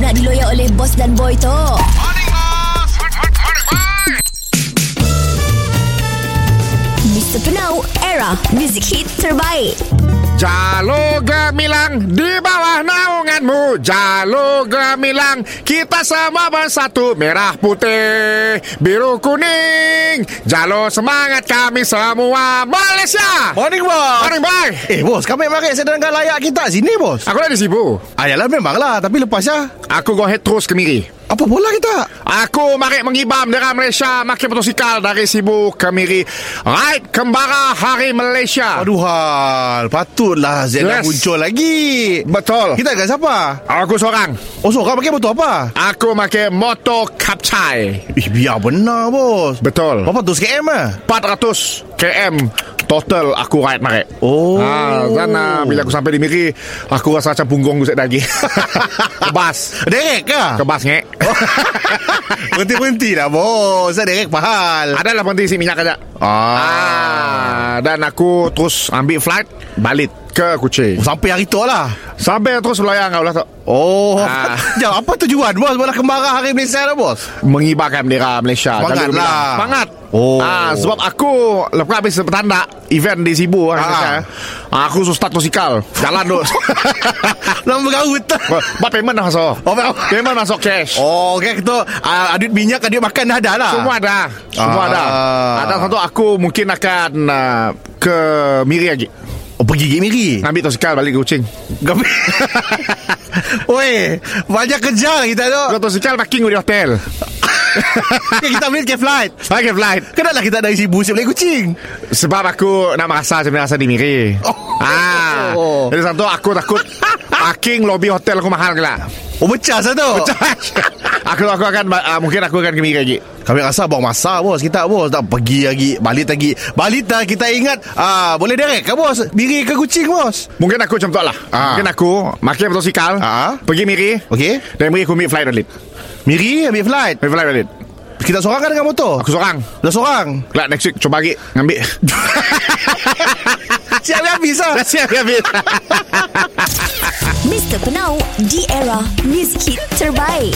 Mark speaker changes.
Speaker 1: nak diloyak oleh bos dan boy tu. Mr. Penau, era music hit terbaik.
Speaker 2: Jalo gemilang di bawah naunganmu Jalo gemilang kita semua bersatu Merah putih, biru kuning Jalo semangat kami semua Malaysia
Speaker 3: Morning, boss.
Speaker 2: Morning bye
Speaker 3: Eh, bos, kami market sedang dengan layak kita sini, bos.
Speaker 2: Aku lagi sibuk
Speaker 3: Ayalah, memanglah. Tapi lepas ya,
Speaker 2: Aku go head terus ke Miri
Speaker 3: apa bola kita?
Speaker 2: Aku marik mengibam darah Malaysia Makin motosikal dari Sibu ke Miri Ride kembara hari Malaysia
Speaker 3: Aduhan, patutlah Zain yes.
Speaker 2: Ah. Yes.
Speaker 3: muncul lagi.
Speaker 2: Betul
Speaker 3: Kita agak siapa?
Speaker 2: Aku seorang
Speaker 3: Oh, seorang pakai motor apa?
Speaker 2: Aku makin motor kapcai
Speaker 3: Eh, biar benar, bos.
Speaker 2: Betul
Speaker 3: Berapa tu km ah?
Speaker 2: 400 km total aku ride naik.
Speaker 3: Oh.
Speaker 2: Ha, kan ah, bila aku sampai di Miri, aku rasa macam punggung aku set daging. Kebas.
Speaker 3: Derek kah?
Speaker 2: Kebas ngek.
Speaker 3: Berhenti-berhenti lah, bos. Saya derek pahal.
Speaker 2: Adalah penting isi lah minyak kejap. Ah, dan aku terus ambil flight balik ke Kuching.
Speaker 3: Sampai hari tu lah.
Speaker 2: Sampai terus melayang kau lah tak.
Speaker 3: Oh,
Speaker 2: Ah.
Speaker 3: jap, apa tujuan, bos? Bola kembarah hari Malaysia lah, bos.
Speaker 2: mengibarkan bendera Malaysia.
Speaker 3: Semangat
Speaker 2: Kalau dia
Speaker 3: lah.
Speaker 2: bilang, Semangat.
Speaker 3: Oh.
Speaker 2: Ah, sebab aku lepas habis petanda event di Sibu kan.
Speaker 3: Ah.
Speaker 2: Ah. aku susah tosikal. Jalan duk.
Speaker 3: Lama bergaut.
Speaker 2: Buat payment dah masuk.
Speaker 3: Oh, apa-
Speaker 2: Payment masuk cash.
Speaker 3: Oh, okay, kita uh, adut minyak, adut makan dah ada lah.
Speaker 2: Semua ada. Semua
Speaker 3: Ah.
Speaker 2: ada. Ada satu aku mungkin akan uh, ke Miri lagi.
Speaker 3: Oh, pergi gigi miri.
Speaker 2: Ambil tosikal balik ke Kuching.
Speaker 3: Gapi. Oi, banyak kerja lah kita tu.
Speaker 2: Kau tosikal parking di hotel.
Speaker 3: Okay, kita ambil ke flight.
Speaker 2: Pakai flight.
Speaker 3: Kenapa kita ada isi busuk beli kucing?
Speaker 2: Sebab aku nak merasa macam rasa di Miri.
Speaker 3: Oh.
Speaker 2: Ah.
Speaker 3: Oh.
Speaker 2: Jadi satu aku takut parking lobby hotel aku mahal ke lah.
Speaker 3: Oh, pecah sah tu.
Speaker 2: aku aku akan uh, mungkin aku akan kemiri lagi.
Speaker 3: Kami rasa buang masa bos kita bos tak pergi lagi balik lagi balik dah kita ingat ah boleh direct ke bos diri ke kucing bos
Speaker 2: Mungkin aku macam tu lah.
Speaker 3: Ah.
Speaker 2: Mungkin aku makin motosikal,
Speaker 3: Ah.
Speaker 2: pergi miri.
Speaker 3: Okey
Speaker 2: Dan miri aku ambil flight balik.
Speaker 3: Miri ambil flight
Speaker 2: Ambil flight balik.
Speaker 3: Kita seorang kan dengan motor
Speaker 2: Aku seorang.
Speaker 3: Dah seorang
Speaker 2: Kelak next week cuba lagi ngambil.
Speaker 3: Siap habis lah
Speaker 2: Dah siap habis.
Speaker 1: Mr. Penau, di era music hit terbaik.